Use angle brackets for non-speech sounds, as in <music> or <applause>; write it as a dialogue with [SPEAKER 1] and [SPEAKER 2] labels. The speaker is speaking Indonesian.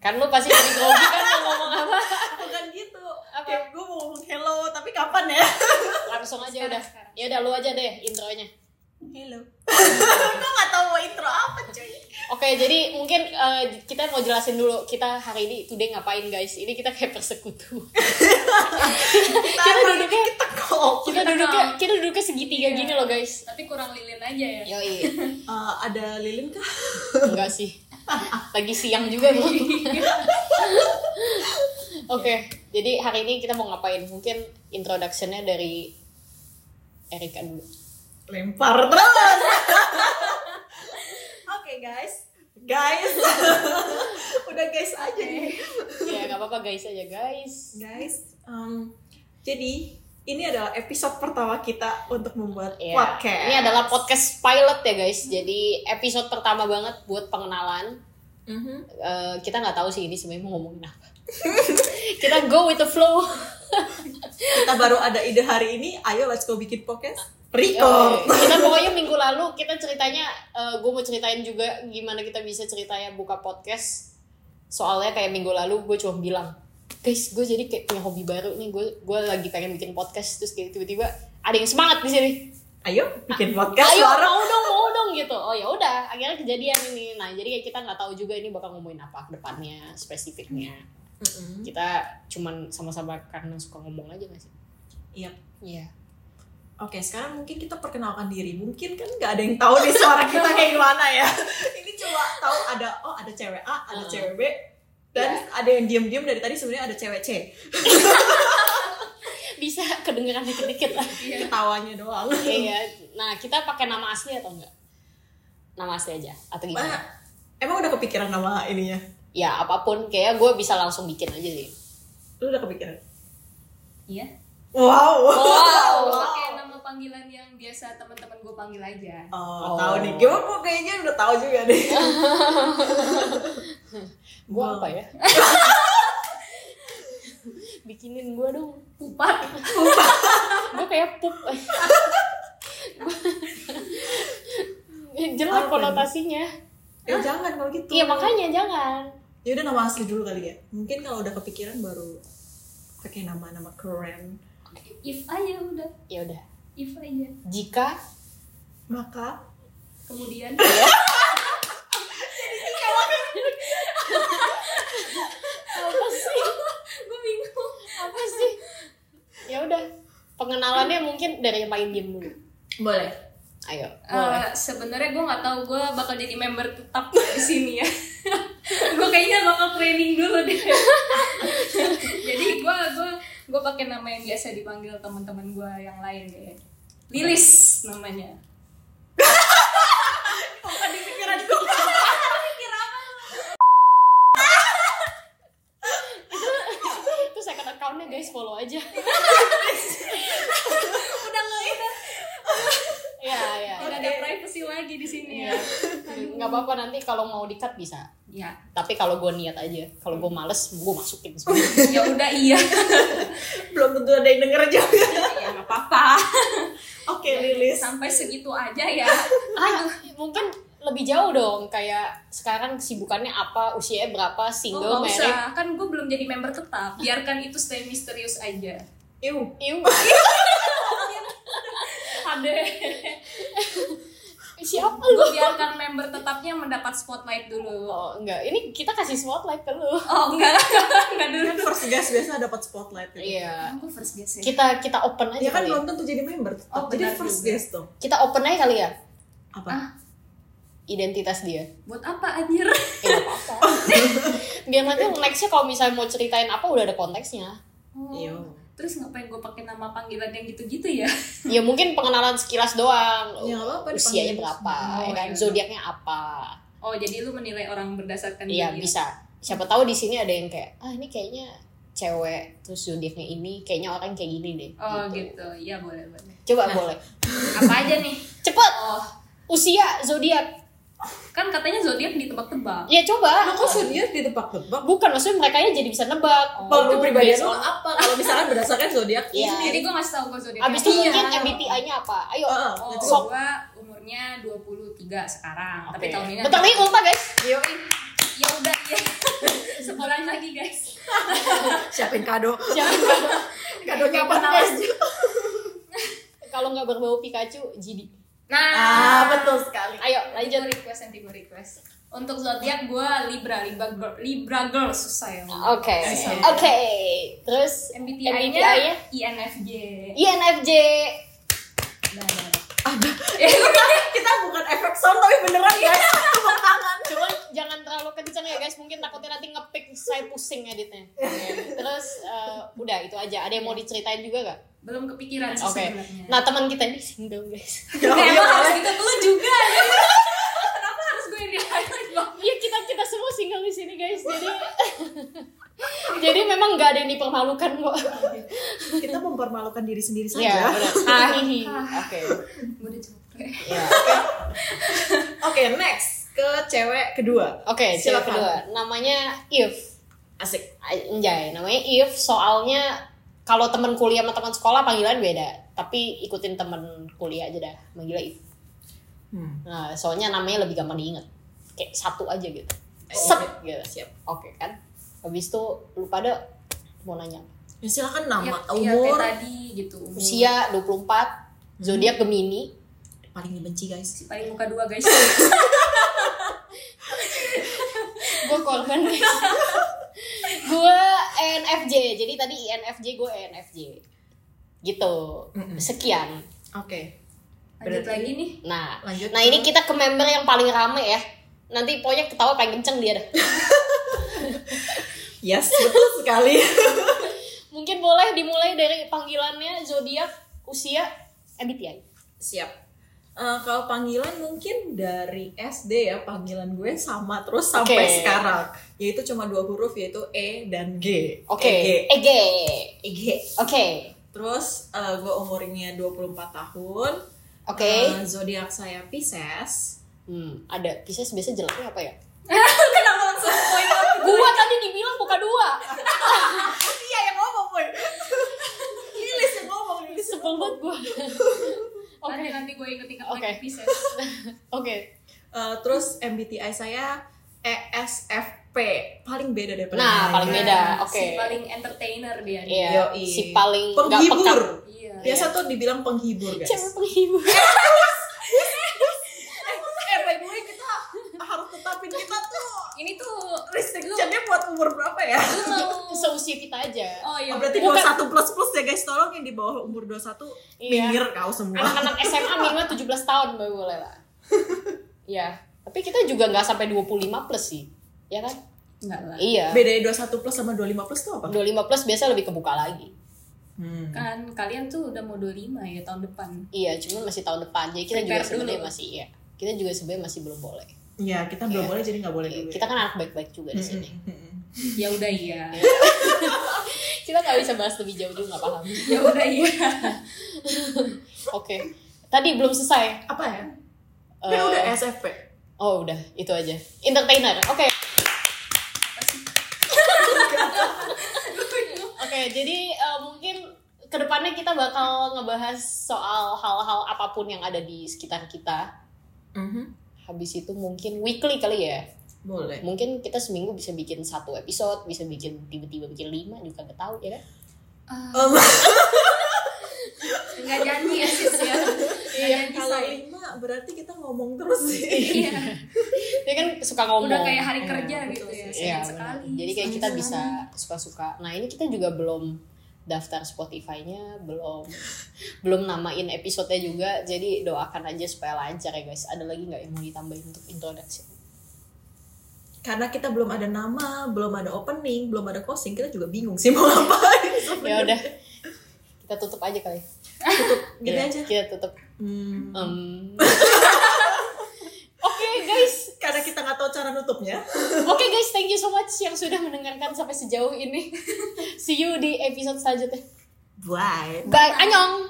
[SPEAKER 1] Kan lu pasti jadi grogi kan mau ngomong apa?
[SPEAKER 2] bukan gitu
[SPEAKER 1] Apa?
[SPEAKER 2] kayak gue mau ngomong hello tapi kapan ya
[SPEAKER 1] Langsung aja
[SPEAKER 3] Sekarang,
[SPEAKER 1] udah.
[SPEAKER 3] sekarang.
[SPEAKER 1] Ya udah lu aja deh intronya.
[SPEAKER 2] <laughs> <laughs> hello gue nggak tahu mau intro apa cuy
[SPEAKER 1] Oke, jadi mungkin eh, kita mau jelasin dulu kita hari ini today ngapain guys. Ini kita kayak persekutu.
[SPEAKER 2] kita
[SPEAKER 1] Kita
[SPEAKER 2] hari
[SPEAKER 1] duduknya-
[SPEAKER 2] ini kita kok
[SPEAKER 1] <laughs> Kita duduknya kita duduknya segitiga
[SPEAKER 3] Oh, Iya.
[SPEAKER 1] gini loh guys.
[SPEAKER 3] Tapi kurang lilin aja ya. <laughs>
[SPEAKER 1] Yoi.
[SPEAKER 2] Eh, ada lilin kah
[SPEAKER 1] Enggak sih. Lagi siang juga Bu.
[SPEAKER 3] Iya.
[SPEAKER 1] Oke, jadi hari ini kita mau ngapain? Mungkin introduction-nya dari Erika
[SPEAKER 3] <laughs>
[SPEAKER 1] dulu.
[SPEAKER 2] lempar terus <laughs> oke guys guys <laughs> udah guys aja nih
[SPEAKER 1] Ya, nggak apa-apa guys aja, guys.
[SPEAKER 2] guys em, jadi ini adalah episode pertama kita untuk membuat
[SPEAKER 1] Ya,
[SPEAKER 2] podcast
[SPEAKER 1] Ini adalah podcast pilot ya, guys. Jadi episode pertama banget buat pengenalan.
[SPEAKER 2] Mhm.
[SPEAKER 1] Eh, kita nggak tahu sih ini sebenarnya mau ngomongin apa. <laughs> kita go with the flow.
[SPEAKER 2] kita baru ada ide hari ini ayo let's go bikin podcast
[SPEAKER 1] Yo,
[SPEAKER 2] Record
[SPEAKER 1] kita pokoknya minggu lalu kita ceritanya gue mau ceritain juga gimana kita bisa ceritanya buka podcast soalnya kayak minggu lalu gue cuma bilang guys gue jadi kayak punya hobi baru nih gue gue lagi pengen bikin podcast terus kayak tiba-tiba ada yang semangat di sini
[SPEAKER 2] ayo bikin podcast
[SPEAKER 1] ayo
[SPEAKER 2] bareng
[SPEAKER 1] mau dong mau dong gitu oh ya udah akhirnya kejadian ini nah jadi kayak kita nggak tahu juga ini bakal ngomongin apa ke depannya spesifiknya
[SPEAKER 2] Mm-mm.
[SPEAKER 1] kita cuman sama-sama karena suka ngomong aja nggak sih
[SPEAKER 2] Yap.
[SPEAKER 1] iya
[SPEAKER 2] Oke, sekarang mungkin kita perkenalkan diri. Mungkin kan nggak ada yang tahu nih suara kita kayak gimana ya. Ini coba tahu ada oh ada cewek A, ada
[SPEAKER 1] Hmm.
[SPEAKER 2] cewek B, dan ada yang diam-diam dari tadi sebenarnya ada cewek C.
[SPEAKER 1] bisa <laughs> kedengeran dikit-dikit lah
[SPEAKER 3] <laughs> Iya.
[SPEAKER 2] Ketawanya doang. <laughs>
[SPEAKER 1] Iya. Nah, kita pakai nama asli atau enggak? Nama asli aja atau
[SPEAKER 2] Ma,
[SPEAKER 1] gimana?
[SPEAKER 2] emang udah kepikiran nama ininya?
[SPEAKER 1] Ya, apapun kayaknya gue bisa langsung bikin aja sih.
[SPEAKER 2] Lu udah kepikiran? Oh.
[SPEAKER 3] Iya.
[SPEAKER 2] Wow.
[SPEAKER 1] Wow.
[SPEAKER 3] Pakai nama panggilan yang biasa teman-teman gue panggil aja.
[SPEAKER 2] Oh,
[SPEAKER 1] Oh.
[SPEAKER 2] tahu nih. Gimana kok kayaknya udah tahu juga deh.
[SPEAKER 1] Gue
[SPEAKER 2] Wow.
[SPEAKER 1] apa <laughs> ya? Bikinin gue dong.
[SPEAKER 3] Pupat.
[SPEAKER 1] Gue kayak pup. Gua- Jelek
[SPEAKER 2] Apa
[SPEAKER 1] konotasinya.
[SPEAKER 2] ya jangan kalau gitu.
[SPEAKER 1] Iya, makanya jangan.
[SPEAKER 2] Ya udah nama asli dulu kali ya. Mungkin kalau udah kepikiran baru pakai nama-nama keren.
[SPEAKER 3] If aja udah.
[SPEAKER 1] Ya udah.
[SPEAKER 3] If aja.
[SPEAKER 1] Jika
[SPEAKER 2] Maka
[SPEAKER 3] Kemudian <laughs>
[SPEAKER 1] apa sih?
[SPEAKER 3] gue bingung.
[SPEAKER 1] Apa sih? Ya udah. Pengenalannya mungkin dari yang paling diem dulu.
[SPEAKER 2] boleh.
[SPEAKER 1] Ayo. boleh.
[SPEAKER 3] Eh, Sebenarnya gue nggak tahu gue bakal jadi member tetap di sini ya. <laughs> gue kayaknya bakal training dulu deh. <laughs> jadi gue gue gue pakai nama yang biasa dipanggil teman-teman gue yang lain deh. Lilis namanya.
[SPEAKER 2] Bukan di pikiran gue.
[SPEAKER 1] Itu second account-nya guys, follow aja.
[SPEAKER 2] udah nggak ini.
[SPEAKER 1] Iya, iya.
[SPEAKER 3] Tidak ada privacy lagi di sini ya.
[SPEAKER 1] nggak apa-apa nanti kalau mau dikat bisa
[SPEAKER 3] Ya,
[SPEAKER 1] tapi kalau gue niat aja kalau gue males gue masukin semua
[SPEAKER 3] ya udah iya.
[SPEAKER 2] Belum tentu ada yang denger juga.
[SPEAKER 3] ya nggak apa-apa.
[SPEAKER 2] <laughs> Oke, Lilis.
[SPEAKER 3] Sampai segitu aja ya.
[SPEAKER 1] ah mungkin lebih jauh dong kayak sekarang kesibukannya apa usianya berapa
[SPEAKER 3] Oh,
[SPEAKER 1] single
[SPEAKER 3] nggak
[SPEAKER 1] married
[SPEAKER 3] usah. Kan gue belum jadi member tetap. Biarkan itu stay misterius aja.
[SPEAKER 2] Iu.
[SPEAKER 1] Iu,
[SPEAKER 3] Ada.
[SPEAKER 1] siapa lu
[SPEAKER 3] Gue biarkan member tetapnya mendapat spotlight dulu.
[SPEAKER 1] oh enggak ini kita kasih spotlight ke lu
[SPEAKER 3] Oh, <laughs> enggak. enggak dulu.
[SPEAKER 2] Kan first guest biasa dapat spotlight. gitu.
[SPEAKER 1] iya
[SPEAKER 3] Aku first guess ya.
[SPEAKER 1] kita kita open aja
[SPEAKER 2] Dia kan
[SPEAKER 1] kali ya.
[SPEAKER 2] belum tentu jadi member. tetap.
[SPEAKER 3] Oh,
[SPEAKER 2] jadi
[SPEAKER 3] benar
[SPEAKER 2] first
[SPEAKER 3] juga.
[SPEAKER 2] guest dong.
[SPEAKER 1] kita open aja kali ya
[SPEAKER 3] Ah.
[SPEAKER 2] Apa?
[SPEAKER 1] identitas dia
[SPEAKER 3] Buat apa anjir?
[SPEAKER 1] ya, nggak apa-apa. biar nanti nextnya kalau misalnya mau ceritain apa udah ada konteksnya
[SPEAKER 3] Oh,
[SPEAKER 2] Iya.
[SPEAKER 3] Terus ngapain gue pakai nama panggilan yang gitu-gitu ya?
[SPEAKER 1] ya mungkin pengenalan sekilas doang
[SPEAKER 2] Ya, nggak apa-apa,
[SPEAKER 1] usianya
[SPEAKER 2] dipanggil.
[SPEAKER 1] berapa
[SPEAKER 3] Oh,
[SPEAKER 1] ya kan
[SPEAKER 3] iya.
[SPEAKER 1] zodiaknya apa
[SPEAKER 3] Oh, jadi lu menilai orang berdasarkan
[SPEAKER 1] Iya
[SPEAKER 3] dia.
[SPEAKER 1] bisa. Siapa tahu di sini ada yang kayak ah ini kayaknya cewek terus zodiaknya ini kayaknya orang kayak gini deh.
[SPEAKER 3] Oh, gitu. Iya, boleh, boleh.
[SPEAKER 1] Coba
[SPEAKER 3] Nah.
[SPEAKER 1] boleh.
[SPEAKER 3] Apa aja nih?
[SPEAKER 1] Cepet
[SPEAKER 3] Oh,
[SPEAKER 1] usia zodiak.
[SPEAKER 3] kan katanya zodiak ditebak-tebak.
[SPEAKER 1] Ya coba.
[SPEAKER 2] Nah, kok serius ditebak-tebak?
[SPEAKER 1] Bukan maksudnya mereka jadi bisa nebak.
[SPEAKER 3] Oh,
[SPEAKER 2] Kalau kepribadian
[SPEAKER 1] based on-
[SPEAKER 2] lu apa? Kalau misalkan berdasarkan zodiak
[SPEAKER 1] Iya.
[SPEAKER 2] ini.
[SPEAKER 3] Jadi gue ngasih tau gue zodiak.
[SPEAKER 1] Abis itu
[SPEAKER 2] Iya.
[SPEAKER 1] mungkin MBTI-nya apa? Ayo.
[SPEAKER 2] Heeh,
[SPEAKER 3] Oh,
[SPEAKER 2] let's
[SPEAKER 1] Sok.
[SPEAKER 2] go.
[SPEAKER 3] gue umurnya 23 sekarang,
[SPEAKER 1] Oke.
[SPEAKER 3] tapi tahun ini
[SPEAKER 1] Bentar lagi ulta guys.
[SPEAKER 3] <laughs> Yoi. Ya udah ya.
[SPEAKER 2] siapin kado
[SPEAKER 1] Siapin kado.
[SPEAKER 2] kadonya apa
[SPEAKER 1] Podcast.
[SPEAKER 2] namanya
[SPEAKER 1] Kalau nggak berbau Pikachu, jadi.
[SPEAKER 3] Nah,
[SPEAKER 2] ah betul sekali
[SPEAKER 1] Ayo
[SPEAKER 3] Lanjut
[SPEAKER 1] lanjut.
[SPEAKER 3] request nanti gue request. Untuk zodiak gue Libra, Libra girl, Libra girl susah ya.
[SPEAKER 1] Oke.
[SPEAKER 2] Bisa.
[SPEAKER 1] Oke. Terus
[SPEAKER 3] MBTI-nya
[SPEAKER 1] MBTI-nya?
[SPEAKER 3] INFJ.
[SPEAKER 1] INFJ.
[SPEAKER 3] Nah, nah, nah.
[SPEAKER 2] Ya, kita, kita bukan efek sound tapi beneran guys tepuk <laughs> tangan
[SPEAKER 1] Cuman jangan terlalu kenceng ya guys, mungkin takutnya nanti ngepick saya pusing editnya. Terus eh, udah itu aja. Ada yang mau diceritain juga gak?
[SPEAKER 3] Belum kepikiran sih
[SPEAKER 1] Oke.
[SPEAKER 3] sebenarnya.
[SPEAKER 1] Nah teman kita ini single guys.
[SPEAKER 3] Nah,
[SPEAKER 2] Ya,
[SPEAKER 3] emang harus
[SPEAKER 2] boleh.
[SPEAKER 3] gitu dulu juga. <laughs> Kenapa harus gue yang di highlight bang?
[SPEAKER 1] Iya kita kita semua single di sini guys. Jadi <laughs> jadi memang nggak ada yang dipermalukan kok.
[SPEAKER 2] kita mempermalukan diri sendiri saja
[SPEAKER 1] Iya. benar. Hahihi. Oke.
[SPEAKER 3] Gue udah capek.
[SPEAKER 2] Ya.
[SPEAKER 1] Iya.
[SPEAKER 2] oke next ke cewek kedua
[SPEAKER 1] Oke. Cewek
[SPEAKER 2] Silakan.
[SPEAKER 1] kedua. Namanya If.
[SPEAKER 2] asik
[SPEAKER 1] Anjay, namanya If soalnya kalau teman kuliah sama teman sekolah panggilan beda, tapi ikutin teman kuliah aja dah, manggilnya If.
[SPEAKER 2] Hmm.
[SPEAKER 1] Nah, soalnya namanya lebih gampang diingat. Kayak satu aja gitu.
[SPEAKER 2] Oke.
[SPEAKER 1] Set gitu.
[SPEAKER 2] siap
[SPEAKER 1] Oke kan? Habis itu lu pada mau nanya.
[SPEAKER 2] ya, silakan
[SPEAKER 3] Ya,
[SPEAKER 2] nama
[SPEAKER 3] ya, kayak
[SPEAKER 2] umur
[SPEAKER 3] tadi gitu.
[SPEAKER 1] Usia
[SPEAKER 2] Hmm.
[SPEAKER 1] 24, zodiak Gemini.
[SPEAKER 2] paling dibenci guys
[SPEAKER 3] Si paling muka dua guys.
[SPEAKER 1] Gue korban <laughs> guys. gue ENFJ. Jadi tadi INFJ gue ENFJ. Gitu.
[SPEAKER 2] Mm-mm.
[SPEAKER 1] Sekian.
[SPEAKER 2] oke
[SPEAKER 3] Lanjut
[SPEAKER 2] Berarti-
[SPEAKER 3] lagi nih.
[SPEAKER 1] Nah,
[SPEAKER 2] Lanjut
[SPEAKER 1] nah
[SPEAKER 2] ke-
[SPEAKER 1] ini kita ke member yang paling rame ya. Nanti pokoknya ketawa paling kenceng dia dah.
[SPEAKER 2] yes Ya, betul sekali
[SPEAKER 1] Mungkin boleh dimulai dari panggilannya zodiak, usia, MBTI.
[SPEAKER 2] siap Eh, kalau panggilan mungkin dari SD ya panggilan gue sama terus sampai
[SPEAKER 1] Oke.
[SPEAKER 2] sekarang yaitu cuma dua huruf yaitu E dan G
[SPEAKER 1] Oke.
[SPEAKER 2] E, G.
[SPEAKER 1] EG.
[SPEAKER 2] E, G.
[SPEAKER 1] Oke.
[SPEAKER 2] terus eh, gue umurnya 24 tahun
[SPEAKER 1] Oke.
[SPEAKER 2] Eh, zodiak saya Pisces
[SPEAKER 1] Hmm, ada Pisces biasa jeleknya apa ya?
[SPEAKER 3] <laughs> Kenapa langsung point out?
[SPEAKER 1] Gua tadi dibilang buka dua.
[SPEAKER 2] iya yang ngomong boy <laughs> ini list yang ngomong ini list yang
[SPEAKER 1] Sebel banget gua. Oke.
[SPEAKER 3] Oke, nanti gue ingetin ke
[SPEAKER 1] Oke.
[SPEAKER 3] okay. Pisces.
[SPEAKER 1] Oke.
[SPEAKER 2] Eh, terus MBTI saya E ESFP paling beda daripada
[SPEAKER 1] Nah,
[SPEAKER 2] yang
[SPEAKER 1] paling
[SPEAKER 2] lain.
[SPEAKER 1] beda.
[SPEAKER 3] Si
[SPEAKER 1] Oke.
[SPEAKER 3] paling entertainer dia. nih.
[SPEAKER 1] Iya,
[SPEAKER 2] Yoi.
[SPEAKER 1] si paling nggak peka.
[SPEAKER 2] penghibur
[SPEAKER 3] Iya.
[SPEAKER 2] biasa tuh dibilang penghibur guys
[SPEAKER 1] Cewek penghibur.
[SPEAKER 2] eh by the way kita Ah, harus tetapin kita tuh
[SPEAKER 3] Ini tuh lu,
[SPEAKER 2] restrictionnya buat umur berapa ya
[SPEAKER 3] lu mau
[SPEAKER 1] Seusia kita aja.
[SPEAKER 3] Oh
[SPEAKER 2] Oh,
[SPEAKER 3] iya.
[SPEAKER 2] berarti
[SPEAKER 1] Bukan.
[SPEAKER 2] 21 plus plus ya guys tolong yang di bawah umur 21
[SPEAKER 1] Iya.
[SPEAKER 2] minggir kau semua
[SPEAKER 1] anak-anak SMA minimal 17 tahun baru boleh lah. Iya, tapi kita juga nggak sampai 25 plus sih. Ya kan?
[SPEAKER 3] Enggak lah.
[SPEAKER 1] Iya.
[SPEAKER 2] bedanya 21 plus sama 25 plus tuh apa?
[SPEAKER 1] 25 plus biasa lebih kebuka lagi.
[SPEAKER 2] Hmm.
[SPEAKER 3] Kan kalian tuh udah mau 25 ya tahun depan.
[SPEAKER 1] Iya, cuman masih tahun depan. Jadi kita juga
[SPEAKER 3] Prepare
[SPEAKER 1] sebenarnya
[SPEAKER 3] dulu.
[SPEAKER 1] masih iya. Kita juga sebenarnya masih belum boleh.
[SPEAKER 2] Ya kita belum
[SPEAKER 1] Iya.
[SPEAKER 2] boleh jadi nggak boleh dulu. Hmm,
[SPEAKER 1] Kita kan anak baik-baik juga di sini.
[SPEAKER 3] Ya udah iya.
[SPEAKER 1] Kita nggak bisa bahas lebih jauh juga nggak paham.
[SPEAKER 3] ya udah iya.
[SPEAKER 1] Oke. Tadi belum selesai.
[SPEAKER 2] apa ya?
[SPEAKER 1] Eh,
[SPEAKER 2] Kan udah SFP.
[SPEAKER 1] Oh udah, itu aja. Entertainer. Oke. Oke, jadi eh, mungkin kedepannya kita bakal ngebahas soal hal-hal apapun yang ada di sekitar kita. Mhm. Habis itu mungkin weekly kali ya.
[SPEAKER 2] Boleh.
[SPEAKER 1] Mungkin kita seminggu bisa bikin satu episode, bisa bikin tiba-tiba bikin lima juga nggak tahu ya kan? Ah.
[SPEAKER 2] Um,
[SPEAKER 3] Enggak janji ya sis ya. Iya,
[SPEAKER 2] <laughs> kalau lima berarti kita ngomong terus sih.
[SPEAKER 3] Iya.
[SPEAKER 1] Dia kan suka ngomong.
[SPEAKER 3] Udah kayak hari
[SPEAKER 2] Iya,
[SPEAKER 3] kerja
[SPEAKER 2] betul
[SPEAKER 3] gitu ya.
[SPEAKER 2] sih.
[SPEAKER 1] Iya,
[SPEAKER 3] Sehat
[SPEAKER 1] benar.
[SPEAKER 3] sekali.
[SPEAKER 1] Jadi kayak kita
[SPEAKER 2] Senang
[SPEAKER 1] bisa suka-suka. Nah, ini kita juga belum daftar Spotify-nya, belum belum namain episode-nya juga. Jadi doakan aja supaya lancar ya, guys. Ada lagi nggak yang mau ditambahin untuk introduction?
[SPEAKER 2] Karena kita belum ada nama, belum ada opening, belum ada closing, kita juga bingung sih mau <laughs> ngapain.
[SPEAKER 1] Ya udah. Kita tutup aja kali.
[SPEAKER 2] Gitu
[SPEAKER 1] Ya,
[SPEAKER 2] aja.
[SPEAKER 1] Kita tutup.
[SPEAKER 2] Hmm.
[SPEAKER 1] Oh. Em. <laughs> Oke, guys.
[SPEAKER 2] Karena kita nggak tahu cara nutupnya.
[SPEAKER 1] Oke guys, thank you so much yang sudah mendengarkan sampai sejauh ini. See you di episode selanjutnya.
[SPEAKER 2] Bye.
[SPEAKER 1] Bye, annyeong.